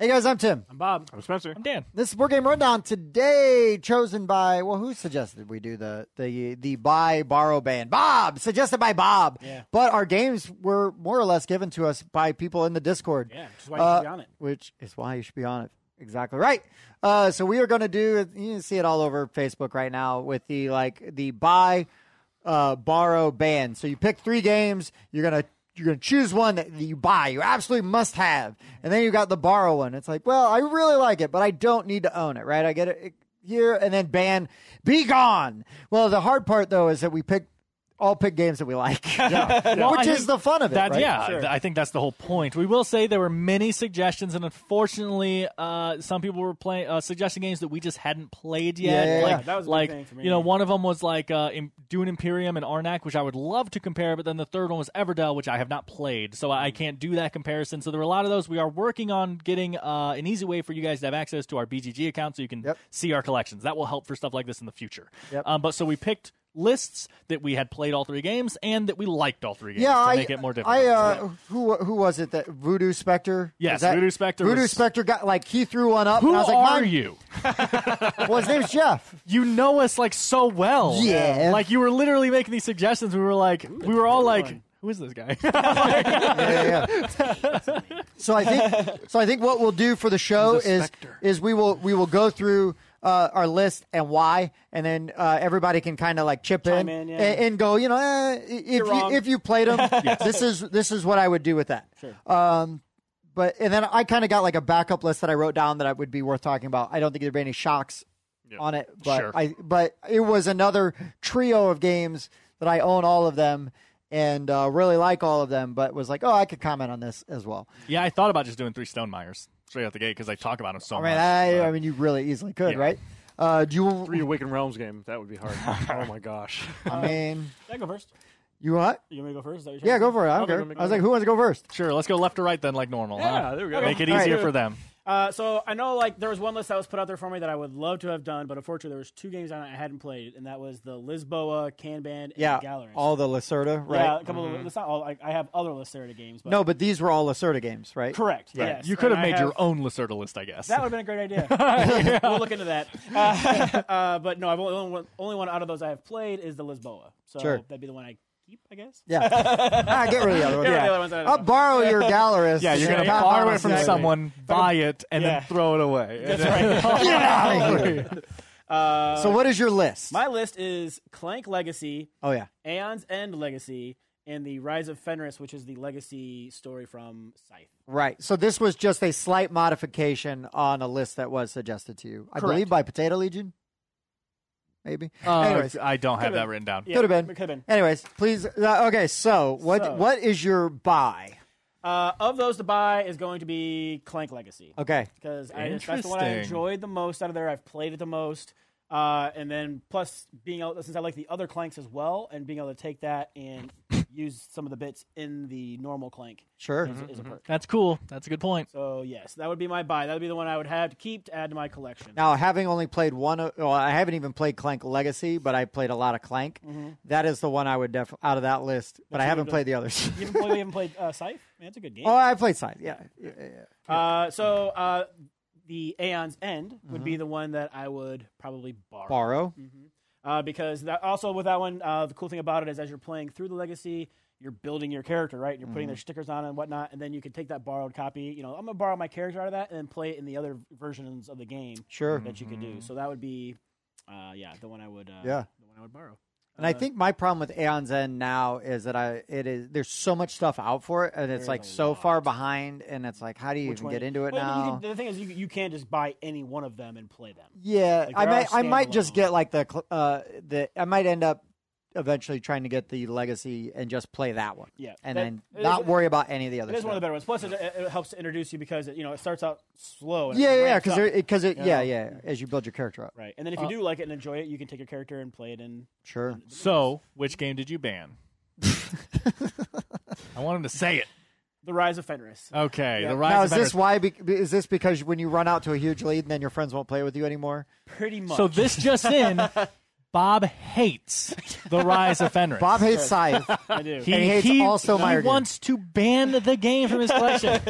Hey guys, I'm Tim. I'm Bob. I'm Spencer. I'm Dan. This is Board Game Rundown today, chosen by well, who suggested we do the the the buy borrow ban? Bob suggested by Bob. Yeah. But our games were more or less given to us by people in the Discord. Yeah, which is Uh, why you should be on it. Which is why you should be on it. Exactly right. Uh, so we are going to do. You can see it all over Facebook right now with the like the buy, uh, borrow, ban. So you pick three games. You're gonna you're gonna choose one that you buy. You absolutely must have, and then you got the borrow one. It's like, well, I really like it, but I don't need to own it, right? I get it here, and then ban, be gone. Well, the hard part though is that we pick all pick games that we like, which I is think the fun of it. That right? yeah, th- I think that's the whole point. We will say there were many suggestions, and unfortunately, uh, some people were playing uh, suggesting games that we just hadn't played yet. Yeah, yeah, like, yeah. That was a big like thing for me. you know, one of them was like uh, Im- Dune Imperium and Arnak, which I would love to compare, but then the third one was Everdell, which I have not played, so I I can't do that comparison. So there were a lot of those. We are working on getting uh, an easy way for you guys to have access to our BGG account, so you can Yep. see our collections. That will help for stuff like this in the future. Yep. Um, but so we picked. Lists that we had played all three games and that we liked all three games yeah, to I, make it more difficult. I uh, who who was it that Voodoo Specter? Yes, Is that, Voodoo Spectre Voodoo was- Specter got like he threw one up. Who and I was like, are Mine, you? Well, his name's Jeff. You know us like so well. Yeah. Like you were literally making these suggestions. We were like, we were all like, who is this guy? yeah, yeah, yeah. so I think so. I think what we'll do for the show He's a is specter. is we will we will go through. Uh, our list and why, and then uh, everybody can kind of like chip in, Chime in, yeah. and, and go. You know, eh, if you, wrong. if you played them, this is this is what I would do with that. Sure. Um, but and then I kind of got like a backup list that I wrote down that I would be worth talking about. I don't think there'd be any shocks on it, but Sure. I but it was another trio of games that I own all of them and uh, really like all of them, but was like, oh, I could comment on this as well. yeah, I thought about just doing three Stone Myers straight out the gate because I talk about him so I mean, much. I, but- I mean, you really easily could, Yeah. right? Uh, do you? Three Awakened Realms game. That would be hard. oh my gosh. I mean, Can I go first? you what? You want me to go first? Is that what you're Yeah, trying to go for it. I don't Okay, let me care. go. I was like, who wants to go first? sure, let's go left to right then, like normal. Yeah, huh? there we go. Make it All right. easier for them. Uh, so I know like there was one list that was put out there for me that I would love to have done, but unfortunately there was two games on it I hadn't played, and that was the Lisboa, Kanban, and Yeah, Gallery. all the Lacerda, right? Yeah, a couple of it's not all. I, I have other Lacerda games, but no, but these were all Lacerda games, right? correct. Yes, you could and have I made your own Lacerda list, I guess. That would have been a great idea. we'll look into that. Uh, uh, but no, I've only, only one, only one out of those I have played is the Lisboa. So Sure. that'd be the one I keep, I guess. Yeah, Ah, get rid of the other ones. Get rid of the other ones, I don't I'll know. borrow your Gallerist. yeah, you're and going to comment borrow on it from that. someone, buy it, and Yeah. then throw it away. That's right. Get out of here. Uh, So, what is your list? my list is Clank Legacy, oh yeah, Aeon's End Legacy and the Rise of Fenris, which is the legacy story from Scythe. Right. So this was just a slight modification on a list that was suggested to you, I Correct. believe, by Potato Legion. Maybe. Uh, anyways, I don't have that written down. Yeah, could have been. Could have been. Anyways, please. Uh, okay. So what? So- What is your buy? Uh, of those to buy is going to be Clank Legacy Okay. because that's the one I Interesting. enjoyed the most out of there. I've played it the most, uh, and then plus being able since I like the other Clanks as well, and being able to take that and use some of the bits in the normal Clank Sure. is, is a perk. That's cool. That's a good point. So yes, that would be my buy. That would be the one I would have to keep to add to my collection. Now, having only played one, of- well, I haven't even played Clank Legacy, but I played a lot of Clank. That is the one I would def out of that list, but I haven't what played the others. you haven't played, you haven't played uh, Scythe? Man, that's a good game. oh, I played Scythe. Yeah. yeah, yeah, yeah. Uh, so uh, the Aeon's End would be the one that I would probably borrow. Mm-hmm. Borrow. Uh, because that, also with that one, uh, the cool thing about it is as you're playing through the Legacy, you're building your character, right? And you're putting Mm-hmm. their stickers on and whatnot, and then you can take that borrowed copy. You know, I'm gonna borrow my character out of that and then play it in the other versions of the game Sure. that you could do. So that would be, uh, yeah, the one I would, uh, Yeah. the one I would borrow. And uh, I think my problem with Aeon's End now is that I it is there's so much stuff out for it, and it's There's like a so far behind, and it's like how do you Which even one- get into it well, you now? can- the thing is, you, you can't just buy any one of them and play them. yeah, like, I there are might I might just standalone. get like the cl- uh the I might end up eventually trying to get the Legacy and just play that one, Yeah, and that- then it is- not worry about any of the other. It is stuff. one of the better ones. Plus, it, it it helps to introduce you because it, you know it starts out slow. And it yeah, yeah, ramps because up. because it, you yeah, know? yeah, as you build your character up, right. And then if you Oh. do like it and enjoy it, you can take your character and play it in. sure. So, which game did you ban? I want him to say it. The Rise of Fenris. Okay, the rise now of is this Fenris. why? Be, is this because when you run out to a huge lead, and then your friends won't play with you anymore? Pretty much. So this just in, Bob hates the rise of Fenris. Bob hates Scythe. I do. he hates all Stonemaier he games. wants to ban the game from his collection.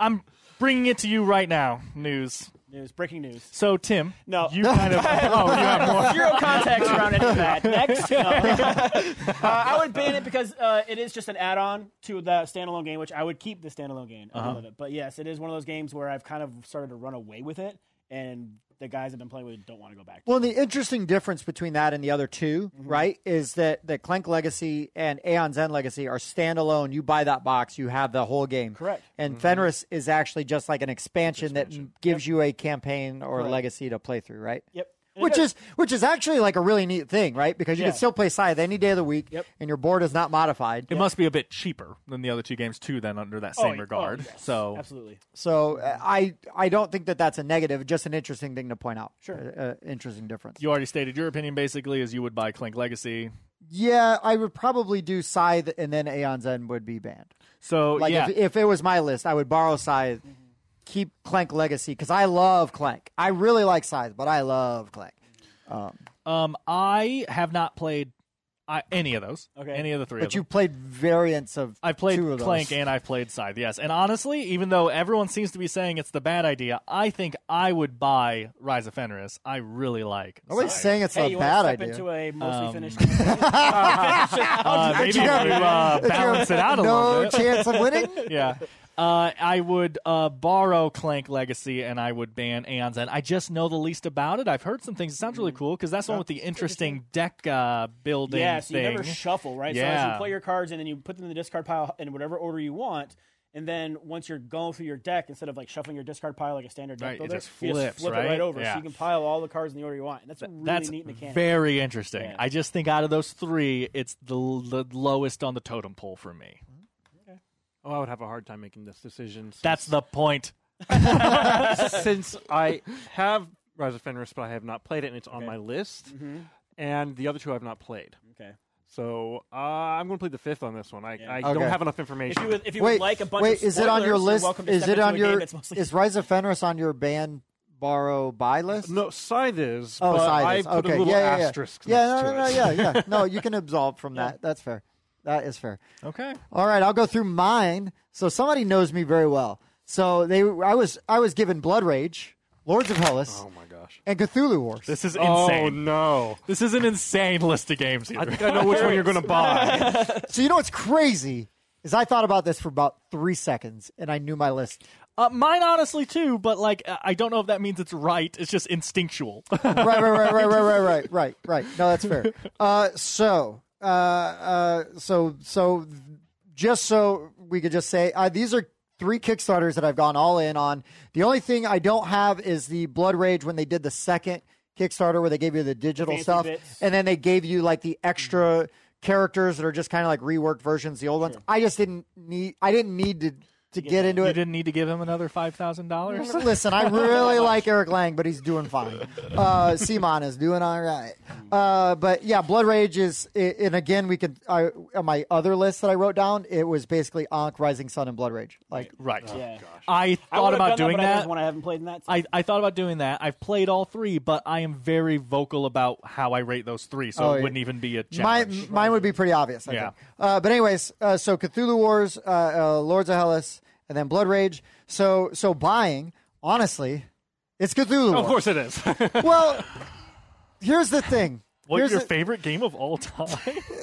I'm bringing it to you right now. News. News, breaking news. So Tim, No. you kind of. oh, you have more. Zero context around any of that. Next, No. Uh, I would ban it because uh, it is just an add-on to the standalone game, which I would keep the standalone game. I Uh-huh. love it, but yes, it is one of those games where I've kind of started to run away with it, and the guys I've been playing with don't want to go back. to it. Well, and the interesting difference between that and the other 2 Mm-hmm. right, is that the Clank Legacy and Aeon's End Legacy are standalone. You buy that box, you have the whole game. Correct. Mm-hmm. And Fenris is actually just like an expansion, that gives you a campaign or Correct. legacy to play through, right? Yep. And it Which does- is which is actually like a really neat thing, right? Because you Yeah. can still play Scythe any day of the week, Yep. and your board is not modified. It must be a bit cheaper than the other two games too. Then under that Oh, same y- oh, regard, yes. so absolutely. So uh, I I don't think that that's a negative. Just an interesting thing to point out. Sure. Uh, uh, interesting difference. you already stated your opinion basically is you would buy Clink Legacy. Yeah, I would probably do Scythe, and then Aeon's End would be banned. So Like yeah, if, if it was my list, I would borrow Scythe, keep Clank Legacy because I love Clank. I really like Scythe, but I love Clank. um, I have not played I, any of those. Okay. any of the three. of But them. you played variants of I've played two of those. Clank and I've played Scythe, yes. And honestly, even though everyone seems to be saying it's the bad idea, I think I would buy Rise of Fenris. I really like. Nobody's Scythe. saying it's hey, a you wanna bad step idea. into a mostly Um, finished. Uh, finish it out. Uh, maybe to got- uh, If you're- balance it out a no little bit. chance of winning. yeah. Uh, I would uh, borrow Clank Legacy and I would ban Aeon's End. I just know the least about it. I've heard some things. It sounds really cool because that's the one with the interesting deck uh, building yeah, so thing. you never shuffle, right? So as Yeah. you play your cards and then you put them in the discard pile in whatever order you want. And then once you're going through your deck, instead of like shuffling your discard pile like a standard deck Right, it builder, just you flips, flip it right? right over. Yeah. So you can pile all the cards in the order you want. And that's a really That's neat mechanic. very interesting. Yeah. I just think out of those three, it's the, l- the lowest on the totem pole for me. Oh, I would have a hard time making this decision. That's the point. since I have Rise of Fenris, but I have not played it, and it's on my list. And the other two I've not played. okay. So uh, I'm going to play the fifth on this one. I, I Okay. don't have enough If information. you would, if you wait, would like a bunch wait, of is it on your spoilers, you're list? welcome to Is step it into on a your game that's mostly- is Rise of Fenris on your ban borrow buy list? no, Scythe is. Oh, but side is. I put okay. a little yeah, yeah, yeah. asterisk Yeah, next no, no, to no, it. yeah, yeah. No, you can absolve from that. That's fair. That is fair. Okay. All right, I'll go through mine. So somebody knows me very well. So they, I was, I was given Blood Rage, Lords of Hellas, Oh, my gosh. and Cthulhu Wars. This is Oh, insane. no. This is an insane list of games here. I think I know which one you're going to buy. so you know what's crazy is I thought about this for about three seconds and I knew my list. Uh, mine, honestly, too, but like, uh, I I don't know if that means it's right. It's just instinctual. Right, right, right, right, right, right, right, right, right. No, that's fair. Uh, so, uh, uh, so, so, just so we could just say uh, these are three Kickstarters that I've gone all in on. The only thing I don't have is the Blood Rage when they did the second Kickstarter where they gave you the digital Fancy stuff, bits. and then they gave you like the extra characters that are just kind of like reworked versions of the old ones. I just didn't need. I didn't need to. To get into you it, didn't need to give him another five thousand dollars. Listen, I really like Eric Lang, but he's doing fine. Uh, Simon is doing all right. Uh, but yeah, Blood Rage is, and again, we could I, on my other list that I wrote down. It was basically Ankh, Rising Sun, and Blood Rage. Like, Right. Yeah. I I Oh thought would've about done doing but I, that. there's one I haven't played in that. I, I thought about doing that. I've played all three, but I am very vocal about how I rate those three, so Oh, it yeah. wouldn't even be a my, challenge. mine would be pretty obvious. I Yeah. Think. Uh, but anyways, uh, so Cthulhu Wars, uh, uh, Lords of Hellas, and then Blood Rage. So so buying honestly, it's Cthulhu. of course it is. Wars. Well, here's the thing. What's Here's your the- favorite game of all time?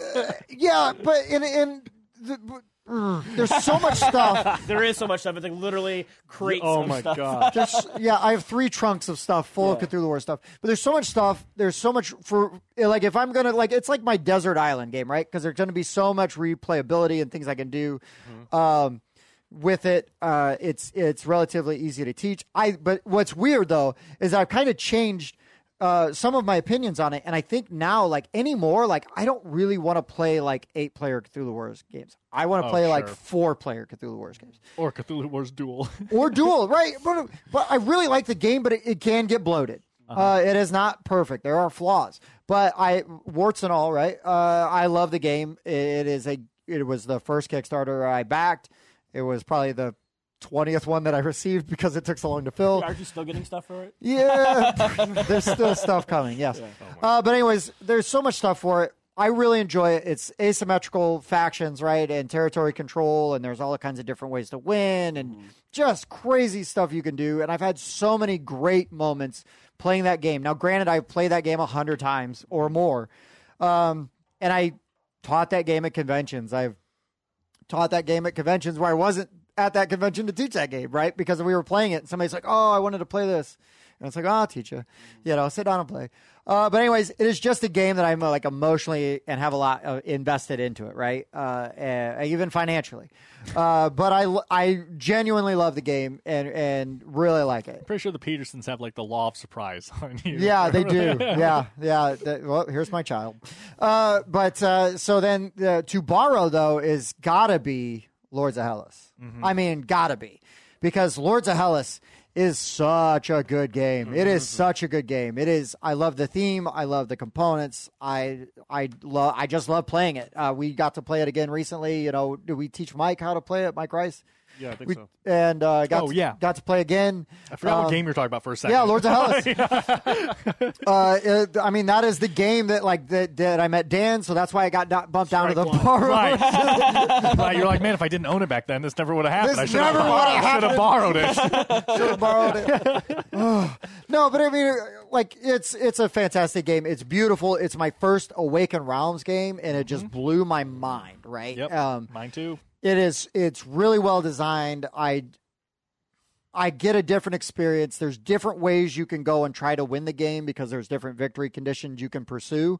yeah, but in in. The, there's so much stuff there is so much stuff. It's like literally crates. oh, of my stuff. gosh. There's- yeah, I have three trunks of stuff full of Cthulhu War stuff. But there's so much stuff. There's so much for like if I'm gonna like it's like my desert island game, right? Because there's gonna be so much replayability and things I can do. Um, with it, uh, it's it's relatively easy to teach. I but what's weird though is I've kind of changed uh, some of my opinions on it, and I think now like anymore, like I don't really want to play like eight player Cthulhu Wars games. I want to play like sure. four player Cthulhu Wars games or Cthulhu Wars Duel? or dual, right? But, but I really like the game, but it, it can get bloated. Uh, it is not perfect. There are flaws, but I warts and all, right? Uh, I love the game. It is a. It was the first Kickstarter I backed. It was probably the twentieth one that I received because it took so long to fill. Aren't you still getting stuff for it? Yeah, there's still stuff coming. Yes, uh, but anyways, there's so much stuff for it. I really enjoy it. It's asymmetrical factions, right, and territory control, and there's all kinds of different ways to win, and just crazy stuff you can do. And I've had so many great moments playing that game. Now, granted, I've played that game a hundred times or more, um, and I taught that game at conventions. I've taught that game at conventions where I wasn't at that convention to teach that game, right? Because we were playing it, and somebody's like, "Oh, I wanted to play this," and it's like, "Oh, I'll teach you," you know, sit down and play. Uh, but anyways, it is just a game that I'm uh, like emotionally and have a lot uh, invested into it, right? Uh, and even financially. Uh, but I lo- I genuinely love the game and and really like it. Pretty sure the Petersons have like the law of surprise on you. Yeah, they do. yeah, yeah. That- well, here's my child. Uh, but uh, so then uh, to borrow though is gotta be Lords of Hellas. Mm-hmm. I mean, gotta be because Lords of Hellas is such a good game. It Mm-hmm. is such a good game. It is. I love the theme. I love the components. I I love. I just love playing it. Uh, we got to play it again recently. You know, do we teach Mike how to play it? Mike Rice. Yeah, I think We, so. and uh, got Oh, to, yeah. got to play again. I forgot Um, what game you're talking about for a second. yeah, Lords of Hellas. uh, it- I mean, that is the game that like that, that I met Dan, so that's why I got do- bumped down to the Strike one. bar. Right. Right, You're like, man, if I didn't own it back then, this never would have happened. This I should never would've have borrowed it. Should have borrowed it. no, but I mean, like it's it's a fantastic game. It's beautiful. It's my first Awaken Realms game, and it just blew my mind. Right? Mm-hmm. yep. Um, Mine too. it is. It's really well designed. I I get a different experience. There's different ways you can go and try to win the game because there's different victory conditions you can pursue.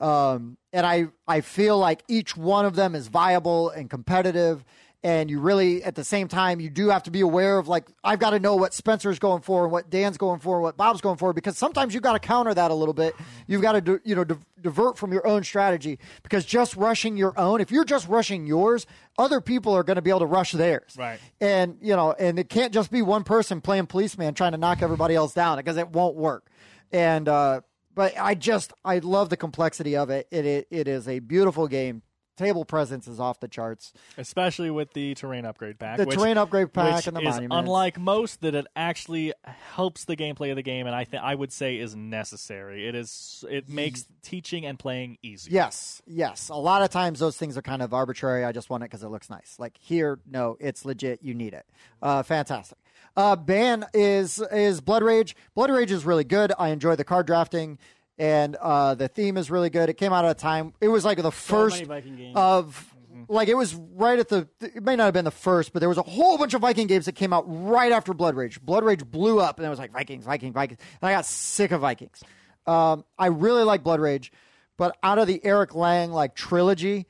Um, and I, I feel like each one of them is viable and competitive. And you really, at the same time, you do have to be aware of like, I've got to know what Spencer's going for and what Dan's going for and what Bob's going for because sometimes you've got to counter that a little bit. You've got to, di- you know, di- divert from your own strategy because just rushing your own, if you're just rushing yours, other people are going to be able to rush theirs Right. and you know and it can't just be one person playing policeman trying to knock everybody else down because it won't work and uh but i just i love the complexity of it it it, it is a beautiful game table presence is off the charts Especially with the terrain upgrade pack. the which, terrain upgrade pack which and the is monuments unlike most that it actually helps the gameplay of the game, and I think I would say is necessary. It is. It makes teaching and playing easier. yes yes a lot of times those things are kind of arbitrary i just want it because it looks nice like here no it's legit you need it uh fantastic uh ban is is blood rage blood rage is really good i enjoy the card drafting and uh, the theme is really good. It came out at a time. It was like the first many Viking games. of Mm-hmm. like it was right at the it may not have been the first but there was a whole bunch of viking games that came out right after blood rage blood rage blew up and it was like vikings vikings vikings and i got sick of vikings um, i really like blood rage but out of the eric lang like trilogy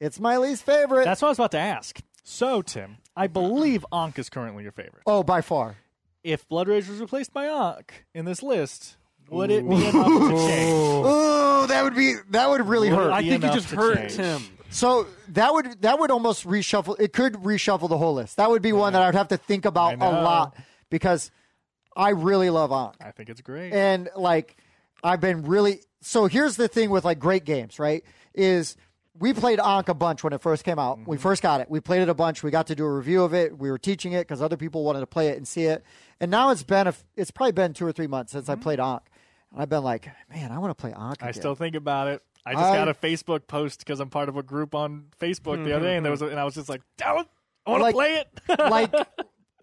it's my least favorite That's what I was about to ask. So, Tim, I believe Ankh is currently your favorite. oh by far If Blood Rage was replaced by Ankh in this list, would it be enough to change? oh that would be that would really hurt I be think you enough just to hurt change. Tim. So that would that would almost reshuffle. It could reshuffle the whole list. That would be one that I would have to think about a know. lot because I really love Ankh. I think it's great. and like I've been really so here's the thing with like great games, right? Is we played Ankh a bunch when it first came out. Mm-hmm. We first got it. We played it a bunch. We got to do a review of it. We were teaching it because other people wanted to play it and see it. And now it's been a, f- it's probably been two or three months since I played Ankh, and I've been like, man, I want to play Ankh. Mm-hmm. I again." still think about it. I just I- got a Facebook post because I'm part of a group on Facebook the other day, and there was, a, and I was just like, "Damn it, I Mm-hmm. want to Like- play it. like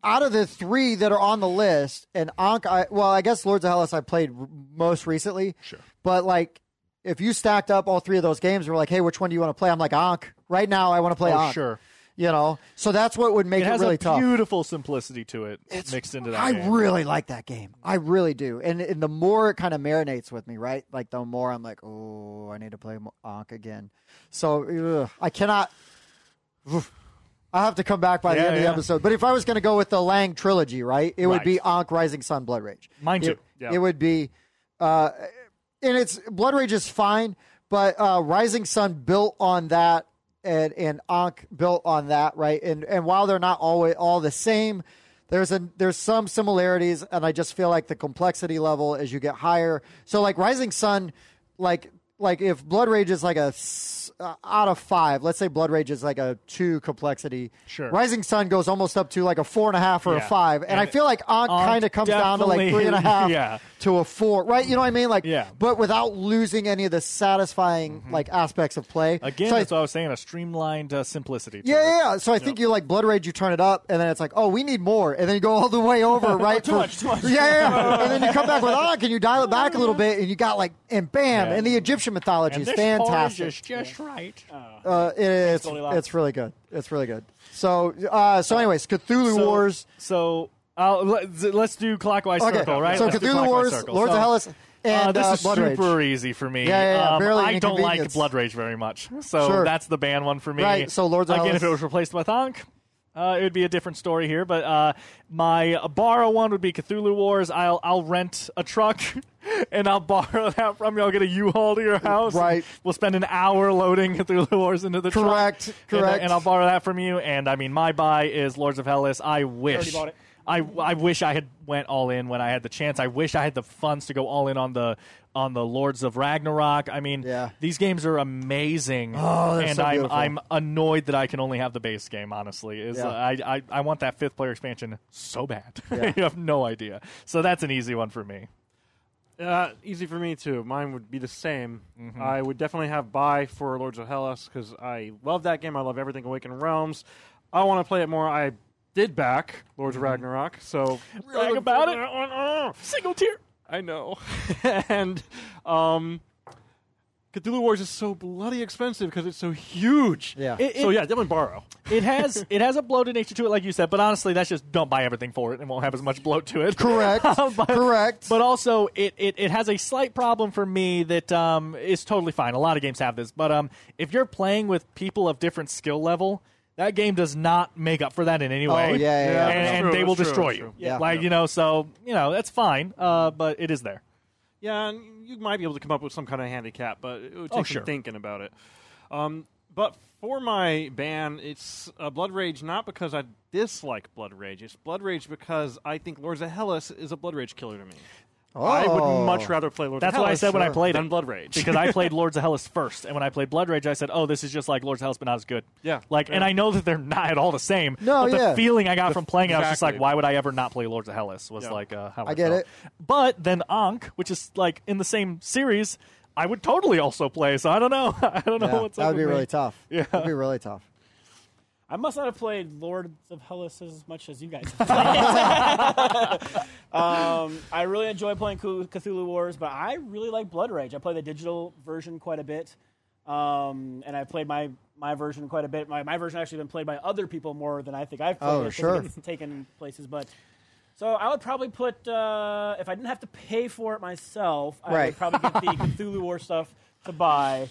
out of the three that are on the list, and Ankh, I, well, I guess Lords of Hellas I played r- most recently. Sure, but like if you stacked up all three of those games, and we're like, hey, which one do you want to play? I'm like Ankh. Right now, I want to play Oh, Ankh. sure. you know. So that's what would make it, it has really a tough. beautiful simplicity to it mixed into that. I game. really like that game. I really do. And, and the more it kind of marinates with me, right? Like the more I'm like, oh, I need to play Mo- Ankh again. So ugh, I cannot. oof. I'll have to come back by the Yeah, end of the yeah. episode. But if I was going to go with the Lang trilogy, right, it would Right. be Ankh, Rising Sun, Blood Rage. Mine It, too. Yeah. it would be, uh, and it's Blood Rage is fine, but uh, Rising Sun built on that, and and Ankh built on that, right? And and while they're not always all the same, there's a there's some similarities, and I just feel like the complexity level as you get higher. So like Rising Sun, like like if Blood Rage is like a s- uh, out of five, let's say Blood Rage is like a two complexity. Sure. Rising Sun goes almost up to like a four and a half or a Yeah. five, and, I feel like Ankh Ankh kind of comes down to like definitely- three and a half yeah. to a four, right? You know what I mean? Like, Yeah. Mm-hmm. But without losing any of the satisfying like aspects of play. Again, So I- that's what I was saying. A streamlined uh, simplicity. to yeah, it. yeah, yeah. So I think you like Blood Rage, you turn it up, and then it's like, oh, we need more, and then you go all the way over, right? too much, too much. Yeah, yeah, yeah. and then you come back with Ankh, and you dial it back a little bit, and you got like, and bam, Yeah. and the Egyptian mythology And is this fantastic. porridge is just right. Uh, it is. Goldilocks. It's really good. It's really good. So, uh, so anyways, Cthulhu So- Wars. So I'll, let- let's do clockwise Okay, circle, right? so Let's do Cthulhu Clockwise Wars, Circle. Lords So, of Hellas, and uh, this uh, is Blood Rage. super easy for me. Yeah, yeah, yeah, Um, barely I don't like inconvenience. Blood Rage very much, so Sure. that's the ban one for me. Right, so Lords of again, Hellas. if it was replaced by Thonk. Uh, it would be a different story here, but uh, my borrow one would be Cthulhu Wars. I'll I'll rent a truck and I'll borrow that from you. I'll get a U-Haul to your house. Right. We'll spend an hour loading Cthulhu Wars into the truck. Correct, And, uh, correct. and I'll borrow that from you. And I mean, my buy is Lords of Hellas. I wish. bought it. I, I wish I had went all in when I had the chance. I wish I had the funds to go all in on the on the Lords of Ragnarok. I mean, Yeah. these games are amazing. Oh, they're and so I'm beautiful. I'm annoyed that I can only have the base game. Honestly, is Yeah. uh, I, I I want that fifth player expansion so bad. you have no idea. So that's an easy one for me. Uh, easy for me too. Mine would be the same. I would definitely have buy for Lords of Hellas because I love that game. I love everything Awakened Realms. I want to play it more. I did back Lords of Ragnarok, so Brag about it. it. Single tier. I know. and um, Cthulhu Wars is so bloody expensive because it's so huge. Yeah. It- so it- yeah, definitely borrow. It has it has a bloated nature to it, like you said. But honestly, that's just don't buy everything for it, and won't have as much bloat to it. Correct. But- Correct. But also, it, it, it has a slight problem for me that um, is totally fine. A lot of games have this, but um, if you're playing with people of different skill level, that game does not make up for that in any way. Oh, yeah, yeah, yeah. And, That's and true, they will that's true, destroy that's you. true. Yeah. Like you know, so you know that's fine. Uh, but it is there. Yeah, and you might be able to come up with some kind of handicap, but it would Oh, take sure. some thinking about it. Um, but for my ban, it's uh, Blood Rage not because I dislike Blood Rage. It's Blood Rage because I think Lords of Hellas is a Blood Rage killer to me. I Oh. would much rather play Lords That's of what I Hellas said when I sure. played than it. Blood Rage. because I played Lords of Hellas first, and when I played Blood Rage, I said, "Oh, this is just like Lords of Hellas, but not as good." Yeah. like, and Yeah. I know that they're not at all the same. No, but the yeah. feeling I got from playing it, I was just like, Exactly. "Why would I ever not play Lords of Hellas?" Was Yeah. like, uh, how I get felt. it. But then Ankh, which is like in the same series, I would totally also play. So I don't know. I don't know Yeah, what's that up would be with me. really tough. Yeah, that'd be really tough. I must not have played Lords of Hellas as much as you guys. Have played. um, I really enjoy playing Cthul- Cthulhu Wars, but I really like Blood Rage. I play the digital version quite a bit, um, and I played my my version quite a bit. My, my version actually been played by other people more than I think I've played. Oh, it 'cause sure. it's taken places, but. So I would probably put uh, if I didn't have to pay for it myself, I Right. would probably get the Cthulhu War stuff to buy.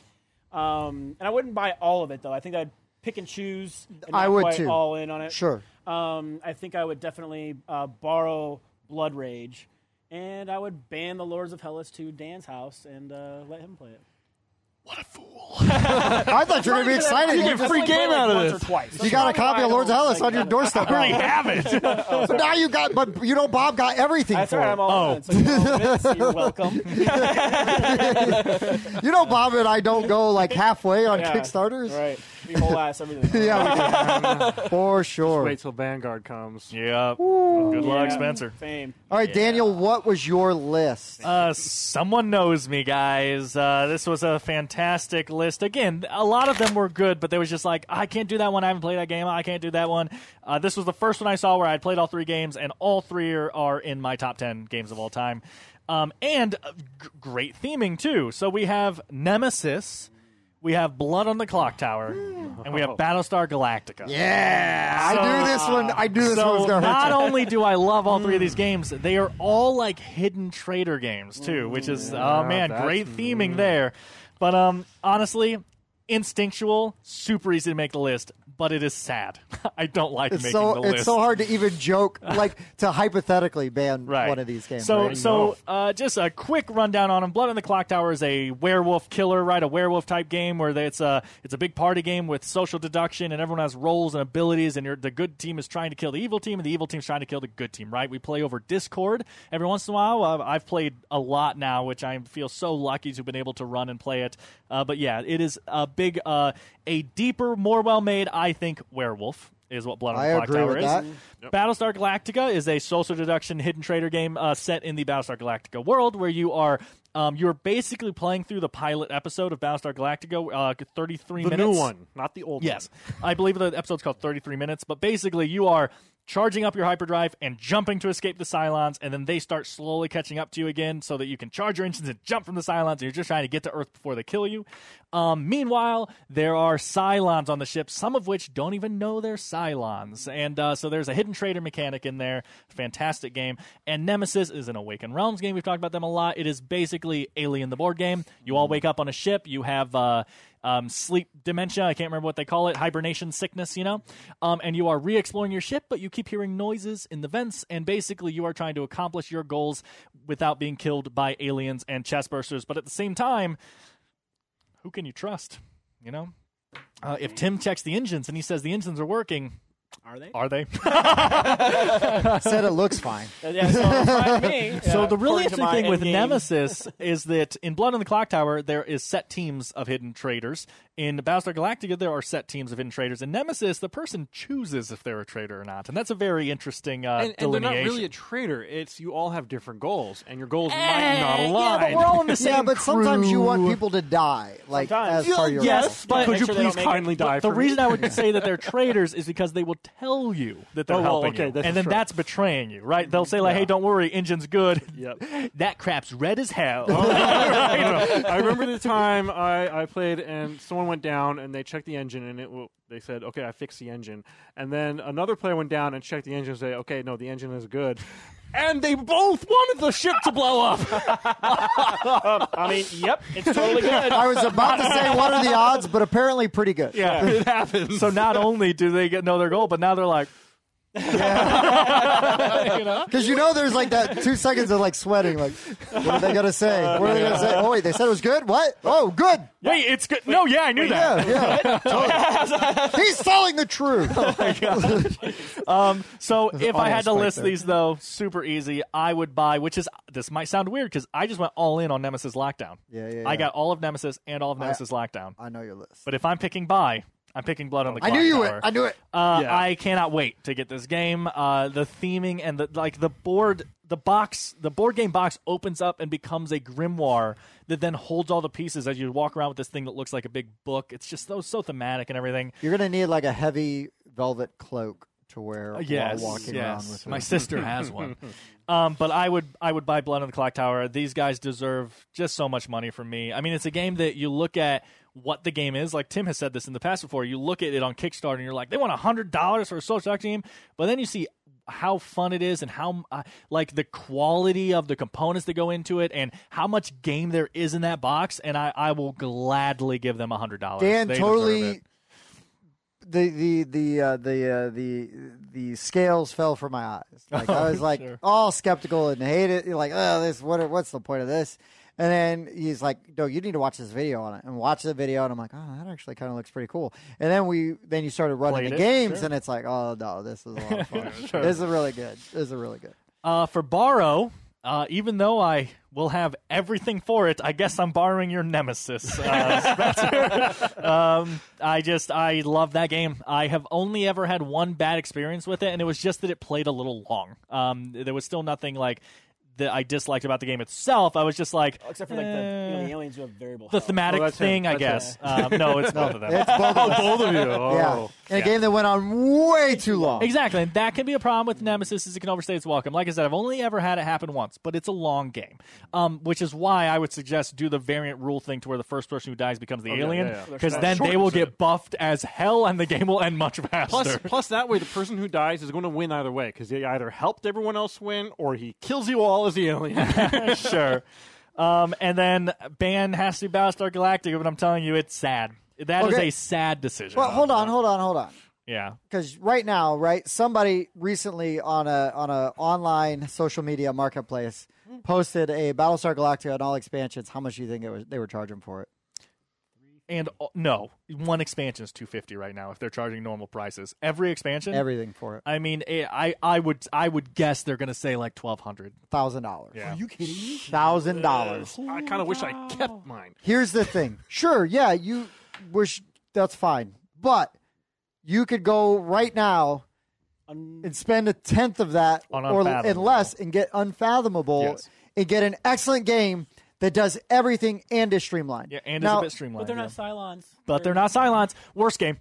Um, and I wouldn't buy all of it though. I think I'd pick and choose. And I not would, quite too. All in on it. Sure. Um, I think I would definitely uh, borrow Blood Rage, and I would ban the Lords of Hellas to Dan's house and uh, let him play it. I thought you were gonna be excited. You You, get just- free Like, game like out of once this. Or twice. you got a That's copy why of I Lords of don't Hellas like on your that. doorstep. I Bro. have it. So now you got, but you know, Bob got everything That's for all right. I'm Oh. all in. So you know, so you're welcome. it. You know, Bob and I don't go like halfway on Yeah. Kickstarters. Right. Your whole ass, everything. Yeah, we do. for sure. Wait till Vanguard comes. yeah. Good luck, Yeah. Spencer. Fame. All right, Daniel, what was your list? Uh, someone knows me, guys. Uh, this was a fantastic list. Again, a lot of them were good, but they was just like, I can't do that one. I haven't played that game. I can't do that one. Uh, this was the first one I saw where I played all three games, and all three are, are in my top ten games of all time. Um, and uh, g- great theming too. So we have Nemesis, we have Blood on the Clock Tower, and we have Battlestar Galactica. yeah, I knew this one. I knew this one So was gonna hurt not you. only do I love all three Hmm. of these games, they are all like hidden Hmm. trader games too, which is oh man, that's- great theming there. But um, honestly, instinctual, super easy to make the list, but it is sad. I don't like It's making so the it's list. so hard to even joke like to hypothetically ban Right. one of these games. So, right? so uh, just a quick rundown on them. Blood on the Clock Tower is a werewolf killer, right? A werewolf type game where they, it's a it's a big party game with social deduction, and everyone has roles and abilities, and you're, the good team is trying to kill the evil team, and the evil team's trying to kill the good team, right? We play over Discord every once in a while. Uh, I've played a lot now, which I feel so lucky to have been able to run and play it. Uh, but yeah, it is a big, uh, a deeper, more well made, I think, werewolf. Is what Blood on the I Clock agree Tower with is. that. Battlestar Galactica is a social deduction hidden trader game uh, set in the Battlestar Galactica world where you are. Um, you're basically playing through the pilot episode of Battlestar Galactica, uh, 33 The minutes. new one, not the old Yes. I believe the episode's called 33 Minutes, but basically you are charging up your hyperdrive and jumping to escape the Cylons, and then they start slowly catching up to you again so that you can charge your engines and jump from the Cylons, and you're just trying to get to Earth before they kill you. Um, meanwhile, there are Cylons on the ship, some of which don't even know they're Cylons. And uh, so there's a hidden trader mechanic in there. Fantastic game. And Nemesis is an Awakened Realms game. We've talked about them a lot. It is basically Alien the board game. You all wake up on a ship. You have. Uh, um, sleep dementia. I can't remember what they call it, hibernation sickness, you know. Um, and you are re exploring your ship, but you keep hearing noises in the vents, and basically you are trying to accomplish your goals without being killed by aliens and chestbursters. But at the same time, who can you trust, you know? Uh, if Tim checks the engines and he says the engines are working, Are they? are they? said it looks fine. Uh, yeah, so, find me, So uh, the really according to interesting my thing with endgame. Nemesis is that in Blood on the Clock Tower there is set teams of hidden traitors. In Battlestar Galactica there are set teams of hidden traitors. In Nemesis, the person chooses if they're a traitor or not, and that's a very interesting uh, And, and they're not delineation. really a traitor. It's you all have different goals, and your goals might not Eh, yeah, align. but we're all in the same Yeah, but sometimes you want crew. people to die, like Sometimes. as part of your Yes, goal. but Could Make you sure they please don't make it- kindly die? the for reason me? I would say that they're traitors is because they will tell you that they're Oh, well, helping okay, you, that's and then true. that's betraying you, right? They'll say like, "Hey, don't worry, engine's good. Yep. that crap's red as hell." I know. I remember the time I, I played and someone went down and they checked the engine and it will, they said, okay, I fixed the engine. And then another player went down and checked the engine and said, okay, no, the engine is good. And they both wanted the ship to blow up. I mean, yep, it's totally good. I was about to say what are the odds, but apparently pretty good. yeah, it happens. So not only do they get know their goal, but now they're like, Because you know, there's like that two seconds of like sweating. Like, what are they gonna say? What are they gonna say? Oh wait, they said it was good. What? Oh, good. "Wait, it's good." No, yeah, I knew that. Yeah, yeah. Totally. He's telling the truth. Oh Um, so if I almost had to right list there. these though, super easy, I would buy. Which is this might sound weird because I just went all in on Nemesis Lockdown. Yeah, yeah, I yeah. got all of Nemesis and all of Nemesis Lockdown. I know your list. But if I'm picking buy, I'm picking Blood on the. I Clock knew you. Tower. It. I knew it. Uh, Yeah. I cannot wait to get this game. Uh, the theming and the like, the board, the box, the board game box opens up and becomes a grimoire that then holds all the pieces as you walk around with this thing that looks like a big book. It's just so so thematic and everything. You're gonna need like a heavy velvet cloak to wear Uh, Yes, while walking around yes. with My it. sister has one. Um, but I would I would buy Blood on the Clock Tower. These guys deserve just so much money from me. I mean, it's a game that you look at what the game is. Like Tim has said this in the past before. You look at it on Kickstarter and you're like, they want hundred dollars for a social action game, but then you see how fun it is and how uh, like the quality of the components that go into it and how much game there is in that box. And I, I will gladly give them hundred dollars. Dan totally. The the the uh, the uh, the the scales fell from my eyes. Like I Oh, was like all skeptical and hate it. Like oh, this what what's the point of this? And then he's like, "No, you need to watch this video on it." And watch the video, and I'm like, "Oh, that actually kind of looks pretty cool." And then we then you started running Played the it, games, and it's like, "Oh no, this is a lot of fun. This is really good. This is really good." Uh, for borrow, uh, even though I will have everything for it, I guess I'm borrowing your nemesis, uh, Spencer. um, I just I love that game. I have only ever had one bad experience with it, and it was just that it played a little long. Um, there was still nothing like that I disliked about the game itself. I was just like, Oh, Except for like the, you know, eh, the aliens who have variable. the health. thematic Well, Oh, that's him. thing, I That's guess. Um, no, it's both of them. It's both of us. both of you. Yeah, Oh. in a game that went on way too long. Exactly, and that can be a problem with Nemesis is it can overstay its welcome. Like I said, I've only ever had it happen once, but it's a long game, um, which is why I would suggest do the variant rule thing to where the first person who dies becomes the yeah, alien, yeah, yeah. because then they will get buffed as hell, and the game will end much faster. Plus, plus that way the person who dies is going to win either way because they either helped everyone else win or he kills you all as the alien. sure. Um, and then Ban has to be Battlestar Galactica, but I'm telling you, it's sad. That is Okay. a sad decision. Well, hold on, hold on, hold on. Yeah. Because right now, right, somebody recently on a on a online social media marketplace Mm. posted a Battlestar Galactica and all expansions. How much do you think it was, they were charging for it? And uh, no, one expansion is 250 right now if they're charging normal prices. Every expansion? Everything for it, I mean, eh, I I would I would guess they're going to say like 1200. thousand dollars. Yeah. you kidding me? Thousand dollars. I kind of wish I kept mine. Here's the thing. Sure, yeah, you wish that's fine, but you could go right now Un- and spend a tenth of that On or and Unfathomable. less and get unfathomable Yes. and get an excellent game that does everything and is streamlined. Yeah, and now, it's a bit streamlined. but they're not yeah. Cylons. but they're not Cylons. Worst game.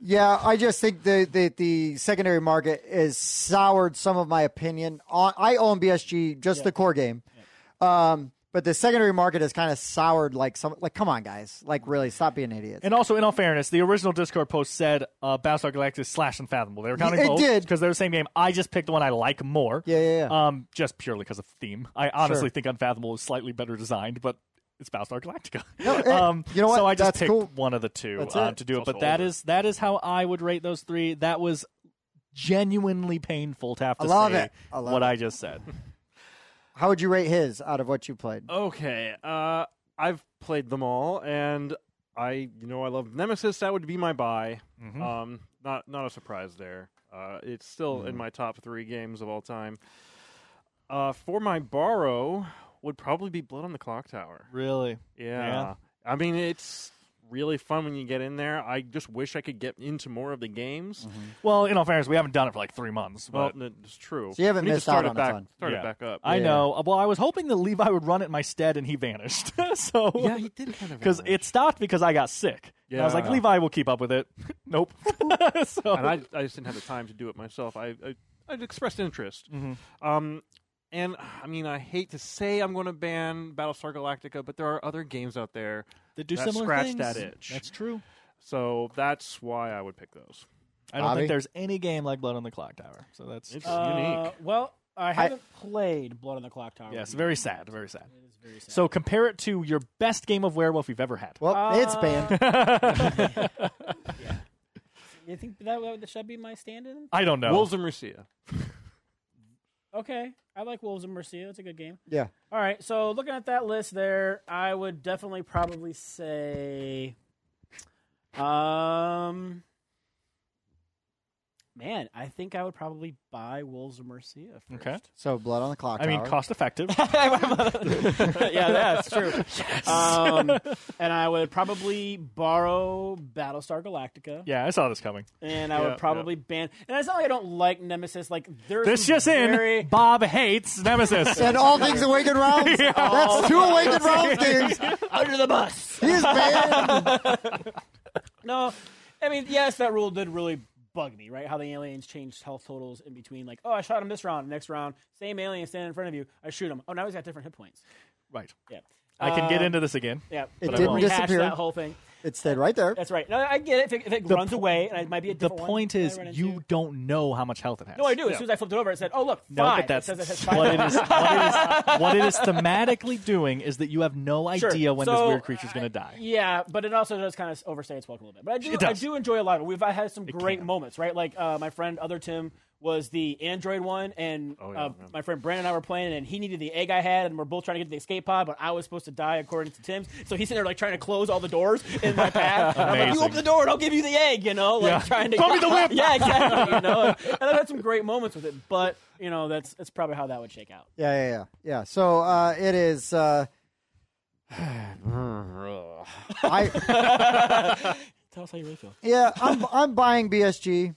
Yeah, I just think the, the the secondary market has soured some of my opinion on. I own BSG, just the core game, um, but the secondary market has kind of soured. Like some, like come on, guys, like really, stop being idiots. And also, in all fairness, the original Discord post said uh, Battlestar Galactica slash Unfathomable. They were counting It both did. because they're the same game. I just picked the one I like more. Yeah, yeah, yeah. Um, just purely because of theme. I honestly think Unfathomable is slightly better designed, but it's Battlestar Galactica. eh, um, you know what? So I just That's picked cool. one of the two That's um, it. to do It's it. But also that older. is that is how I would rate those three. That was genuinely painful to have to I love say it. I love what it. I just said. How would you rate his out of what you played? Okay, uh, I've played them all, and I, you know, I love Nemesis. That would be my buy. Um, not not a surprise there. Uh, it's still in my top three games of all time. Uh, for my borrow would probably be Blood on the Clock Tower. Really? Yeah. I mean, it's really fun when you get in there. I just wish I could get into more of the games. Well, in all fairness, we haven't done it for like three months. Mm-hmm. Well, But it's true. So you haven't We need to missed start out on it a back, ton. Start Yeah. it back up. I Yeah. know. Uh, Well, I was hoping that Levi would run it in my stead, and he vanished. so yeah, he did kind of because vanish. it stopped because I got sick. And I was like, Yeah. Levi will keep up with it. nope. so and I, I just didn't have the time to do it myself. I, I I'd expressed interest. Um, and I mean, I hate to say I'm going to ban Battlestar Galactica, but there are other games out there, they do that similar scratched things. that itch. That's true. so that's why I would pick those. I don't Avi? think there's any game like Blood on the Clock Tower. So that's It's Uh, unique. well, I haven't played Blood on the Clock Tower. yes, very sad, very sad. It is very sad. So compare it to your best game of werewolf you've ever had. Well, Uh, it's banned. you think that would- that should be my stand-in? I don't know. Wolves of Mercia. Okay, I like Wolves of Mercia. It's a good game. Yeah. All right, so looking at that list there, I would definitely probably say, um, man, I think I would probably buy Wolves of Mercia first. okay. So blood on the clock. I mean, Tower. cost effective. yeah, that's true. Um, and I would probably borrow Battlestar Galactica, yeah, I saw this coming. and I Yeah, would probably ban. And it's not like I don't like Nemesis. Like there's This some just very, in: Bob hates Nemesis. and all things awakened rounds. That's two awakened rounds games. under the bus. He is banned. No, I mean, yes, that rule did really bug me, right? How the aliens changed health totals in between, like, oh, I shot him this round, next round, same alien standing in front of you, I shoot him. Oh, now he's got different hit points. right. Yeah, I can uh, get Um, into this again. yeah. It but I didn't won't rehash disappear. That whole thing. It stayed right there. That's right. No, I get it. If it, if it runs po- away, and it might be a The different one point that I is, run into. you don't know how much health it has. No, I do. As Yeah. soon as I flipped it over, it said, "Oh, look, No, five." but that's it says it has five. what it is. What it is, what it is thematically doing is that you have no Sure. idea when So, this weird creature's going I- to die. Yeah, but it also does kind of overstay its welcome a little bit. But I do, It does. I do enjoy a lot of it. We've I had some great can. moments, right? Like uh, my friend Other Tim was the Android one, and Oh, yeah, uh, yeah. my friend Brandon and I were playing, and he needed the egg I had, and we're both trying to get to the escape pod, but I was supposed to die according to Tim's. So he's sitting there like trying to close all the doors in my path. And I'm like, you Amazing. open the door, and I'll give you the egg. You know, like Yeah. trying to Throw me the whip. yeah, exactly. You know, and I've had some great moments with it, but you know, that's that's probably how that would shake out. Yeah, yeah, yeah, yeah. So uh, it is. Uh, I Tell us how you really feel. yeah, I'm I'm buying BSG,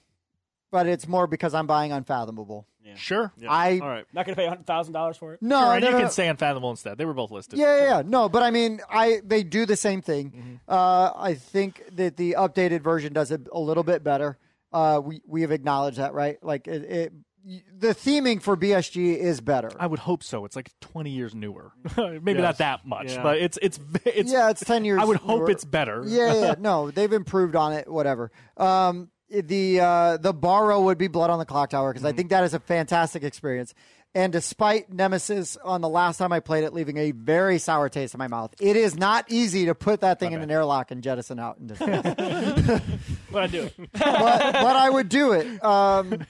but it's more because I'm buying Unfathomable. Sure. Yeah. I- all right. Not going to pay thousand dollars for it. No, Sure, no, and you no, can no. say Unfathomable instead. They were both listed. Yeah, yeah, yeah. No, but I mean, I they do the same thing. Mm-hmm. Uh, I think that the updated version does it a little bit better. Uh, we we have acknowledged that, right? Like it, it y- the theming for BSG is better. I would hope so. It's like 20 years newer. Maybe Yes. not that much, Yeah. but it's it's v- it's yeah, it's ten years. I would hope newer. it's better. yeah, yeah, yeah. no, they've improved on it. Whatever. Mm-hmm. Um, the uh, the borrow would be blood on the clock tower because I think that is a fantastic experience. And despite Nemesis on the last time I played it, leaving a very sour taste in my mouth, it is not easy to put that thing in an airlock and jettison out into space. But I do it. but, but I would do it. Um,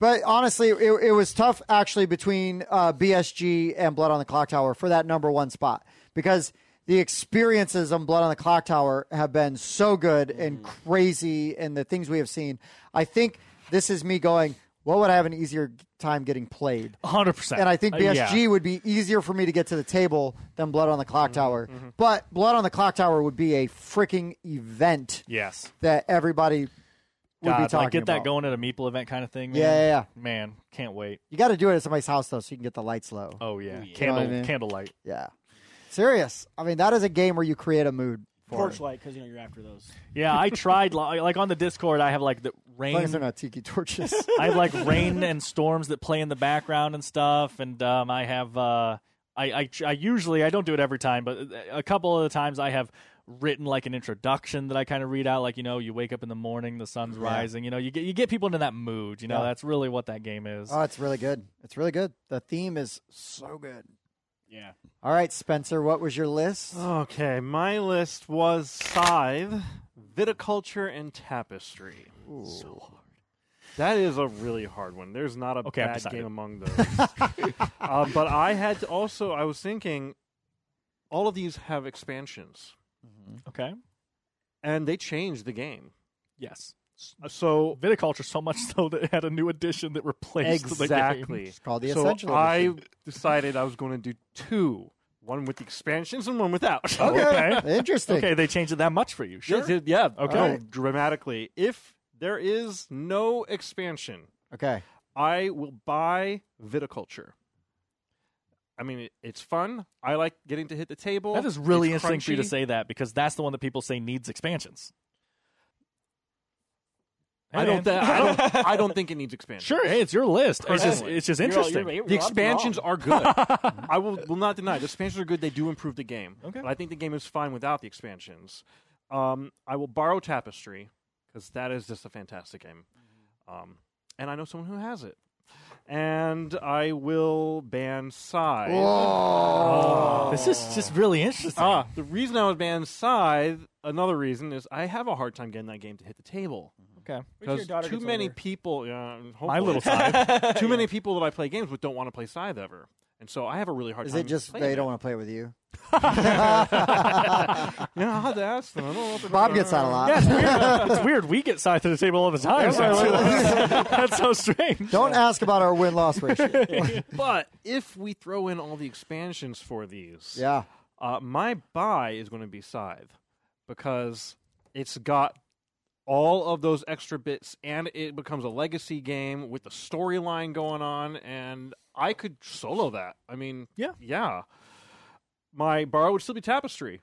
but honestly, it, it was tough actually between uh, BSG and Blood on the Clock Tower for that number one spot because the experiences on Blood on the Clock Tower have been so good and crazy, and the things we have seen. I think this is me going. What would I have an easier g- time getting played? hundred percent. Uh, And I think BSG would be easier for me to get to the table than Blood on the Clock Tower. But Blood on the Clock Tower would be a freaking event Yes. that everybody would be God, talking like get that about. going at a meeple event kind of thing. Man. Yeah, yeah, yeah. Man, can't wait. You got to do it at somebody's house though, so you can get the lights low. Oh yeah, You know candle what I mean? candlelight. Yeah, serious. I mean, that is a game where you create a mood. For Porch it. light because you know you're after those. Yeah, I tried li- like on the Discord. I have like the As long as they're rain. not tiki torches. I have like rain and storms that play in the background and stuff. And um, I have uh, I, I tr- I usually I don't do it every time, but uh, a couple of the times I have written like an introduction that I kind of read out. Like you know, you wake up in the morning, the sun's rising. You know, you get you get people into that mood. You know, Yeah. that's really what that game is. oh, it's really good. It's really good. The theme is so good. Yeah. All right, Spencer, what was your list? Oh. Okay, my list was Scythe, Viticulture, and Tapestry. So hard. That is a really hard one. There's not a Okay, I've bad decided. game among those. uh, but I had to also, I was thinking, all of these have expansions, okay. and they changed the game. Yes. Uh, So Viticulture so much so that it had a new edition that replaced the game. exactly. It's called the so Essential I Edition. decided I was going to do two, one with the expansions and one without. Okay. Interesting. Okay, they changed it that much for you. Sure. Yes, it- yeah. Okay. no, dramatically. If there is no expansion, Okay. I will buy viticulture. I mean, it, it's fun. I like getting to hit the table. That is really It's interesting for you to crunchy. say that because that's the one that people say needs expansions. I don't. Hey, man. Th- I don't. I don't think it needs expansion. sure, hey, it's your list. It's just, Personally. it's just You're all- interesting. you're- you're The all expansions wrong. are good. I will will not deny the expansions are good. They do improve the game. Okay. But I think the game is fine without the expansions. Um, I will borrow Tapestry because that is just a fantastic game, um, and I know someone who has it. And I will ban Scythe. This is just really interesting. Ah, the reason I would ban Scythe, another reason is I have a hard time getting that game to hit the table okay. Wait till your because daughter too gets many older. people, yeah, hopefully, My little side. too many people that I play games with don't want to play Scythe ever, and so I have a really hard Is time. Um, it just playing they it. don't want to play with you? Yeah, I had to ask them. I don't know if it- Bob gets that a lot. yeah, it's weird. it's weird. We get side to the table all the time. so- that's so strange. Don't ask about our win loss ratio. But if we throw in all the expansions for these, yeah. uh, my buy is going to be Scythe because it's got all of those extra bits and it becomes a legacy game with the storyline going on. And I could solo that. I mean, Yeah. Yeah. My borrow would still be Tapestry.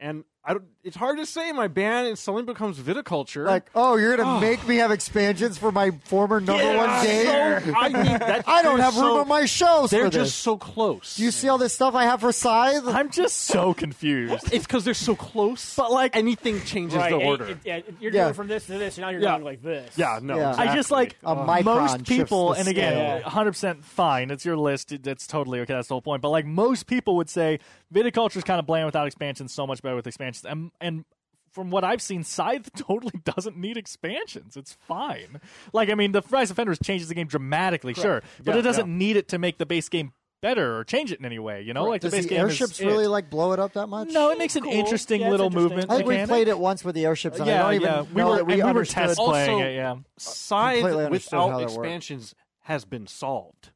And I don't, it's hard to say my ban it suddenly becomes viticulture. Like, oh, you're gonna make me have expansions for my former number one game. So, I, mean, that, I don't they're have room so- on my shelves They're for just this. so close. Do you see all this stuff I have for Scythe? I'm just so confused. It's because they're so close. But, like- anything changes Right, the it- order. it- yeah, it- you're Yeah. going from this to this, and now you're Yeah. going like this. yeah, no. Yeah. I just exactly. like A micron most shifts people, the and again, scale. 100 percent fine. It's your list. It- That's totally okay. That's the whole point. But like most people would say, viticulture is kind of bland without expansions. So much better with expansions. And and from what I've seen, Scythe totally doesn't need expansions. It's fine. Like I mean, the Rise of Fenders changes the game dramatically, sure, but Yeah, it doesn't need it to make the base game better or change it in any way. You know, like Does the base the game is airships it. really like blow it up that much? No, it makes an Cool. interesting Yeah, it's little interesting. movement. I think we mechanic. played it once with the airships, and I Yeah, don't even yeah. We know were that and we, we were understood. test Also- playing it. Yeah. completely Scythe understood how without that worked. expansions has been solved.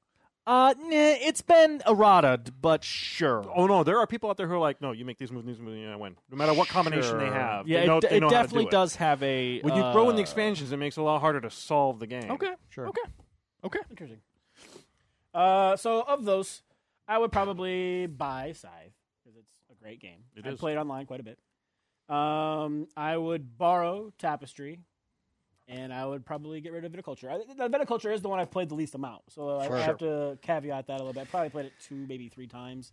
Uh, nah, it's been errata, but sure. Oh no, there are people out there who are like, no, you make these moves, these moves, and I win, no matter what combination they Sure. have. Yeah, they know, it, they it know how to definitely do it. does have a. When you throw in the uh, expansions, it makes it a lot harder to solve the game. Okay. Sure. Okay. Okay. Interesting. Uh, so of those, I would probably buy Scythe because it's a great game. It I is. played online quite a bit. Um, I would borrow Tapestry, and I would probably get rid of Viticulture. I, the Viticulture is the one I've played the least amount, so I, I Sure. have to caveat that a little bit. I probably played it two, maybe three times.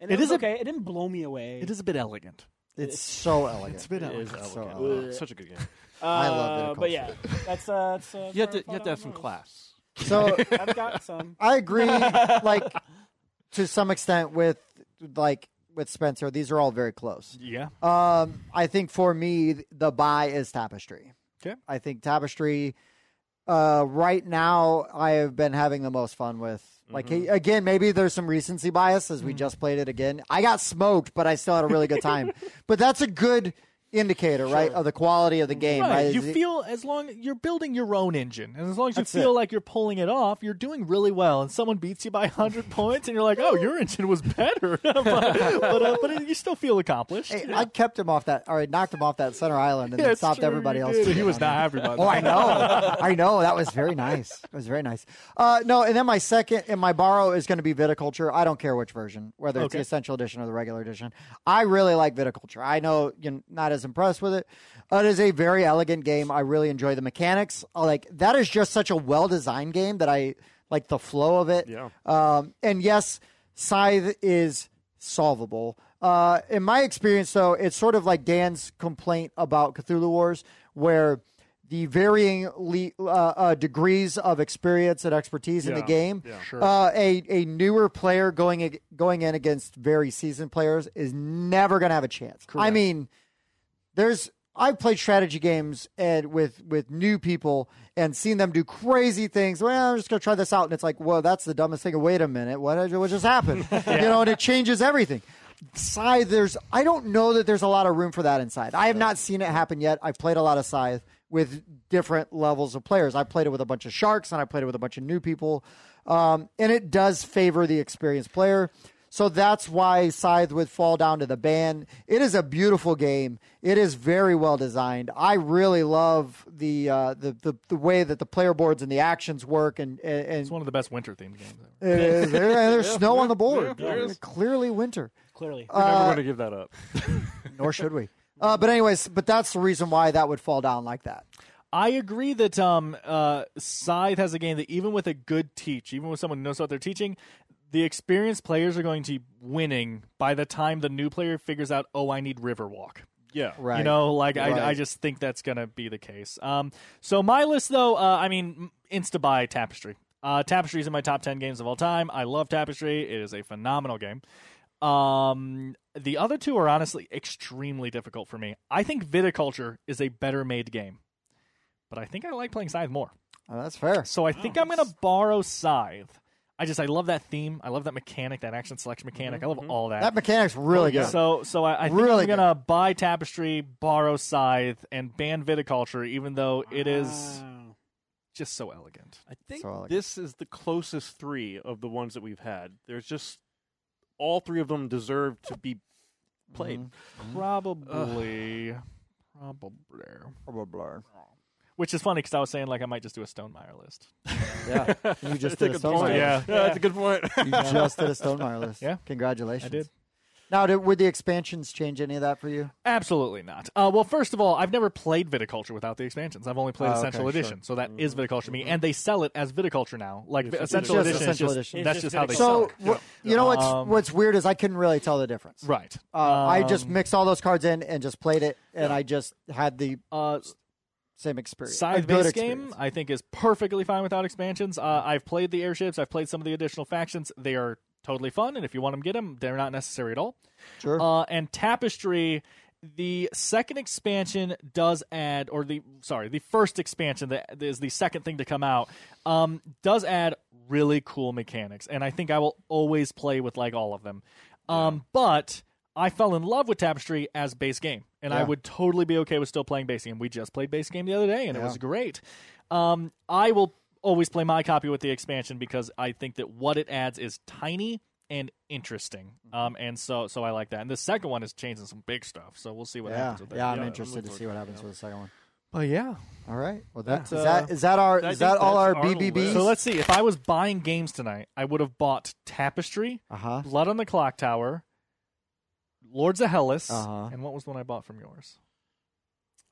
And it, It was is a- okay. it didn't blow me away. It is a bit elegant. It's so elegant. bit It is That's so elegant. elegant. Such a good game. Uh, I love But Viticulture. yeah, that's uh, that's. Uh, You have for- to, you for have, to have some downloads. class. So I've got some. I agree, like to some extent with like with Spencer. These are all very close. Yeah. Um, I think for me, th- the buy is Tapestry. Okay. I think Tapestry. Uh, right now, I have been having the most fun with. Like hey, Mm-hmm. again, maybe there's some recency bias as we just played it again. I got smoked, but I still had a really good time. but that's a good indicator, right, of the quality of the game. Right. right? You Is it- feel as long you're building your own engine, and as long as you That's feel it. like you're pulling it off, you're doing really well. And someone beats you by hundred points, and you're like, "Oh, your engine was better," but but, uh, but you still feel accomplished. Hey, I kept him off that, or I knocked him off that center island, and Yeah, then it's stopped true, everybody you else. did. to He get was on not him. happy about Oh, that. I know, I know. That was very nice. It was very nice. Uh, no, and then my second and my borrow is going to be viticulture. I don't care which version, whether it's Okay. the essential edition or the regular edition. I really like viticulture. I know you're not as impressed with it. Uh, It is a very elegant game. I really enjoy the mechanics. I Like that is just such a well designed game that I like the flow of it. Yeah. Um, and yes, Scythe is solvable. Uh, in my experience, though, it's sort of like Dan's complaint about Cthulhu Wars, where the varying le- uh, uh, degrees of experience and expertise in the Yeah. game, Yeah. uh, a a newer player going ag- going in against very seasoned players is never going to have a chance. I mean, there's I've played strategy games and with with new people and seen them do crazy things. Well, I'm just gonna try this out, and it's like, whoa, that's the dumbest thing. Wait a minute, what what just happened? You know, and it changes everything. Scythe, there's I don't know that there's a lot of room for that inside. I have not seen it happen yet. I've played a lot of Scythe with different levels of players. I played it with a bunch of sharks and I played it with a bunch of new people, um, and it does favor the experienced player. So that's why Scythe would fall down to the ban. It is a beautiful game. It is very well designed. I really love the uh, the, the the way that the player boards and the actions work, and and, and It's one of the best winter themed games. Ever. it is- there- there's snow on the board. yeah, there is. Clearly winter Clearly, uh, We're never going to give that up. nor should we. Uh, but anyways, but that's the reason why that would fall down like that. I agree that um, uh, Scythe has a game that even with a good teach, even with someone who knows what they're teaching, the experienced players are going to be winning by the time the new player figures out, oh, I need Riverwalk. Yeah. Right. You know, like Right. I, I just think that's going to be the case. Um, so my list, though, uh, I mean, insta buy Tapestry. Uh, Tapestry is in my top ten games of all time. I love Tapestry. It is a phenomenal game. Um, the other two are honestly extremely difficult for me. I think Viticulture is a better made game, but I think I like playing Scythe more. Uh, that's fair. So I think I'm going to borrow Scythe. I just I love that theme. I love that mechanic, that action selection mechanic. I love all that. That mechanic's really good. So, so I, I think Really I'm gonna buy Tapestry, borrow Scythe, and ban Viticulture, even though it Ah. is Wow. just so elegant. I think So, like- this is the closest three of the ones that we've had. There's just all three of them deserve to be played. Mm. Probably, probably, which is funny because I was saying like I might just do a Stonemeyer list. yeah, you just did a Good point. Stonemeyer. Yeah. that's a good point. You just did a Stonemeyer list. Yeah. congratulations. I did. Now, did, would the expansions change any of that for you? Absolutely not. Uh, well, first of all, I've never played Viticulture without the expansions. I've only played Oh, okay, Essential sure. Mm, Edition, so that is Viticulture to me, and they sell it as Viticulture now. Like It's just Essential Edition, is Essential just- Edition. that's It's just just how they So, sell it. wh- you know what's Um, what's weird is I couldn't really tell the difference. Right. Uh, I just Um, mixed all those cards in and just played it, and I just had the Uh, same experience. A Side good based game, experience. I think, is perfectly fine without expansions. Uh, I've played the airships. I've played some of the additional factions. They are totally fun, and if you want them, get them. They're not necessary at all. Sure. Uh, and Tapestry, the second expansion does add, or the sorry, the first expansion that is the second thing to come out, um, does add really cool mechanics, and I think I will always play with like all of them. Um, But I fell in love with Tapestry as base game, and I Yeah. would totally be okay with still playing base game. We just played base game the other day, and it was great. Um, I will always play my copy with the expansion because I think that what it adds is tiny and interesting. Mm-hmm. Um, and so so I like that. And the second one is changing some big stuff, so we'll see what yeah, happens with that. yeah, I'm Yeah, I'm interested to looking see what happens with the second one. But yeah. All right. Well, that's Yeah. is that is that our I is think that all our that's our BBBs? list. So let's see. If I was buying games tonight, I would have bought Tapestry, uh huh. Blood on the Clock Tower, Lords of Hellas, Uh-huh. and what was the one I bought from yours?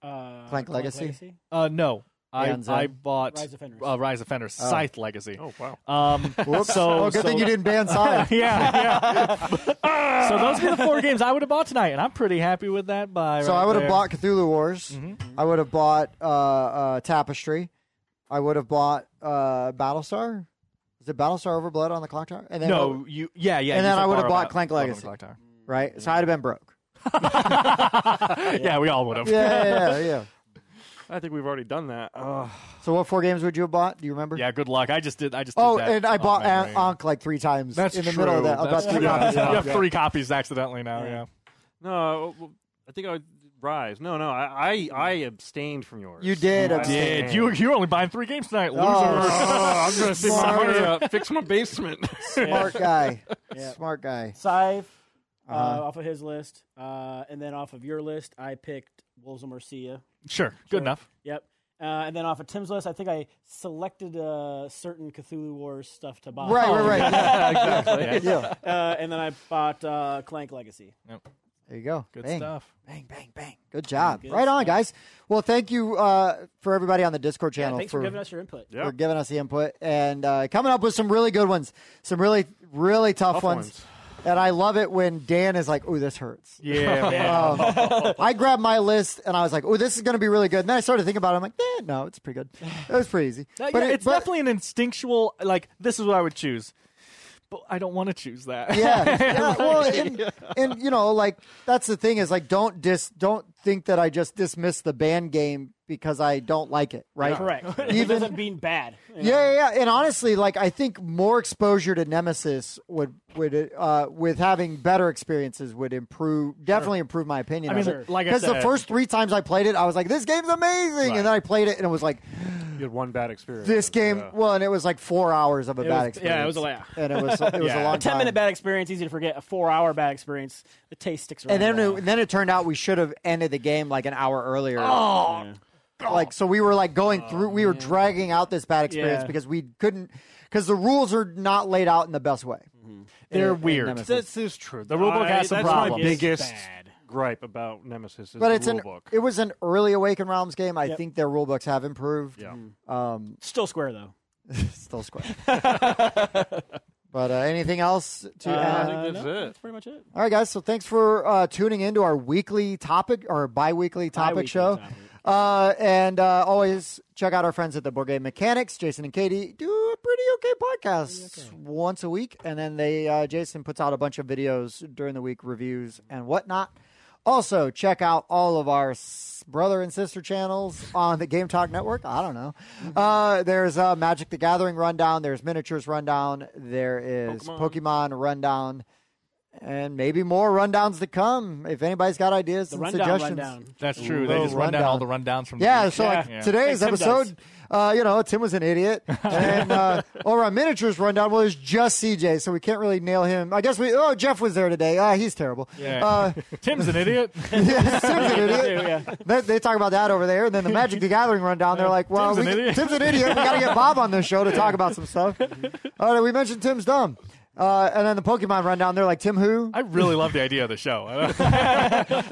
uh, Clank Legacy? Uh, no. I, Beyond Zen. I bought Rise of Fenris. uh, Rise of Fenris, Oh. Scythe Legacy. oh wow. Um, Whoops. So, oh, good so- thing you didn't ban Sonic. yeah, yeah. so those were the four games I would have bought tonight, and I'm pretty happy with that. By So right I would have Mm-hmm. there. bought Cthulhu Wars. I would have bought uh, uh, Tapestry. I would have bought uh, Battlestar. Is it Battlestar over Blood on the clock tower? And then No, you. Yeah, yeah. And you then said I would've borrow bought that- Clank borrow Legacy. Clock Tower. right? So I'd have been broke. yeah, we all would have. Yeah, yeah, yeah, yeah. I think we've already done that. Uh, Ugh. So what four games would you have bought? Do you remember? Yeah, good luck. I just did. I just. Oh, did that and I off bought memory. An- Ankh like three times That's in the true. middle of that. About That's three true. copies. You Yeah. have three copies accidentally now. Yeah. no, well, I think I would rise. No, no, I I, I abstained from yours. You did I abstain. Did you? You're only buying three games tonight, loser. Oh, I'm gonna save my money up. Fix my basement. Smart guy. Yeah. Smart guy. Scythe uh, Uh-huh. off of his list, uh, and then off of your list, I picked Wolves of Mercia. Sure, good enough. Yep. Uh, and then off of Tim's list, I think I selected uh, certain Cthulhu Wars stuff to buy. Right, right, right. Yeah. exactly. Yeah. Uh, and then I bought uh, Clank Legacy. There you go. Good Bang. stuff. Bang, bang, bang. Good job. Good right on, stuff. guys. Well, thank you uh, for everybody on the Discord Yeah, channel thanks for giving us your input. Yeah. for giving us the input and uh, coming up with some really good ones, some really, really tough, Tough ones. ones. And I love it when Dan is like, "Ooh, this hurts." Yeah, man. Um, I grabbed my list and I was like, "Oh, this is going to be really good." And then I started thinking about it. I'm like, eh, "No, it's pretty good. It was pretty easy." Uh, But yeah, it- it's but- definitely an instinctual. Like this is what I would choose, but I don't want to choose that. yeah, yeah. Well, and, and you know, like that's the thing is like don't dis don't think that I just dismiss the band game because I don't like it, right? Correct. it Even- doesn't mean bad. Yeah, yeah, yeah. And honestly, like I think more exposure to Nemesis would would uh, with having better experiences would improve definitely improve my opinion. I mean, of it. like I because the said- first three times I played it, I was like, "This game's amazing," Right. and then I played it and it was like, You had one bad experience. "This game." Yeah. Well, and it was like four hours of a bad was- experience. yeah, it was a lot. and it was it was a Yeah. long A 10 time. minute bad experience, easy to forget. A four hour bad experience, the taste sticks around. And then forever. it, then it turned out we should have ended the game like an hour earlier. Oh, like so we were like going through we were dragging out this bad experience Yeah. because we couldn't because the rules are not laid out in the best way They're In- in weird. Nemesis. This is true. The rulebook has some that's problems. my It's biggest bad. gripe about Nemesis. Is but the it's an rulebook. it was an early awaken realms game i Yep. think their rule books have improved Yeah. Mhm. um Still square, though. still square but uh, anything else to Uh, add? I think that's no, it. That's pretty much it. all right guys so thanks for uh tuning into our weekly topic or bi-weekly topic Bi-weekly show topic. Uh, and uh, always check out our friends at the Board Game Mechanics. Jason and Katie do a pretty okay podcast once a week, and then they uh, Jason puts out a bunch of videos during the week, reviews and whatnot. Also, check out all of our s- brother and sister channels on the Game Talk Network. I don't know. Uh, there's uh, Magic the Gathering Rundown. There's Miniatures Rundown. There is Pokemon, Pokemon. Rundown. And maybe more rundowns to come. If anybody's got ideas The and rundown, suggestions, rundown. that's true. They Little just run down all the rundown. rundowns from. yeah, the so Yeah. like Yeah. today's Like Tim episode, uh, you know, Tim was an idiot. And uh, over on Miniatures Rundown, well, it's just CJ, so we can't really nail him. I guess we, oh, Jeff was there today. Ah, he's terrible. Yeah. Uh, Tim's an idiot. yeah, Tim's an idiot. Yeah. They, they talk about that over there. And then the Magic the Gathering Rundown, they're like, well, Tim's we, an idiot. Tim's an idiot. We got to get Bob on this show to talk about some stuff. Uh, we mentioned Tim's dumb. Uh, and then the Pokemon Rundown, they're like, Tim who? I really love the idea of the show.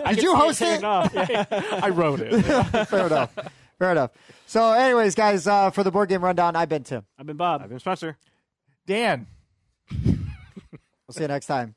Did you host it? I wrote it. Fair enough. Fair enough. So, anyways, guys, uh, for the board game rundown, I've been Tim. I've been Bob. I've been Spencer. Dan. We'll see you next time.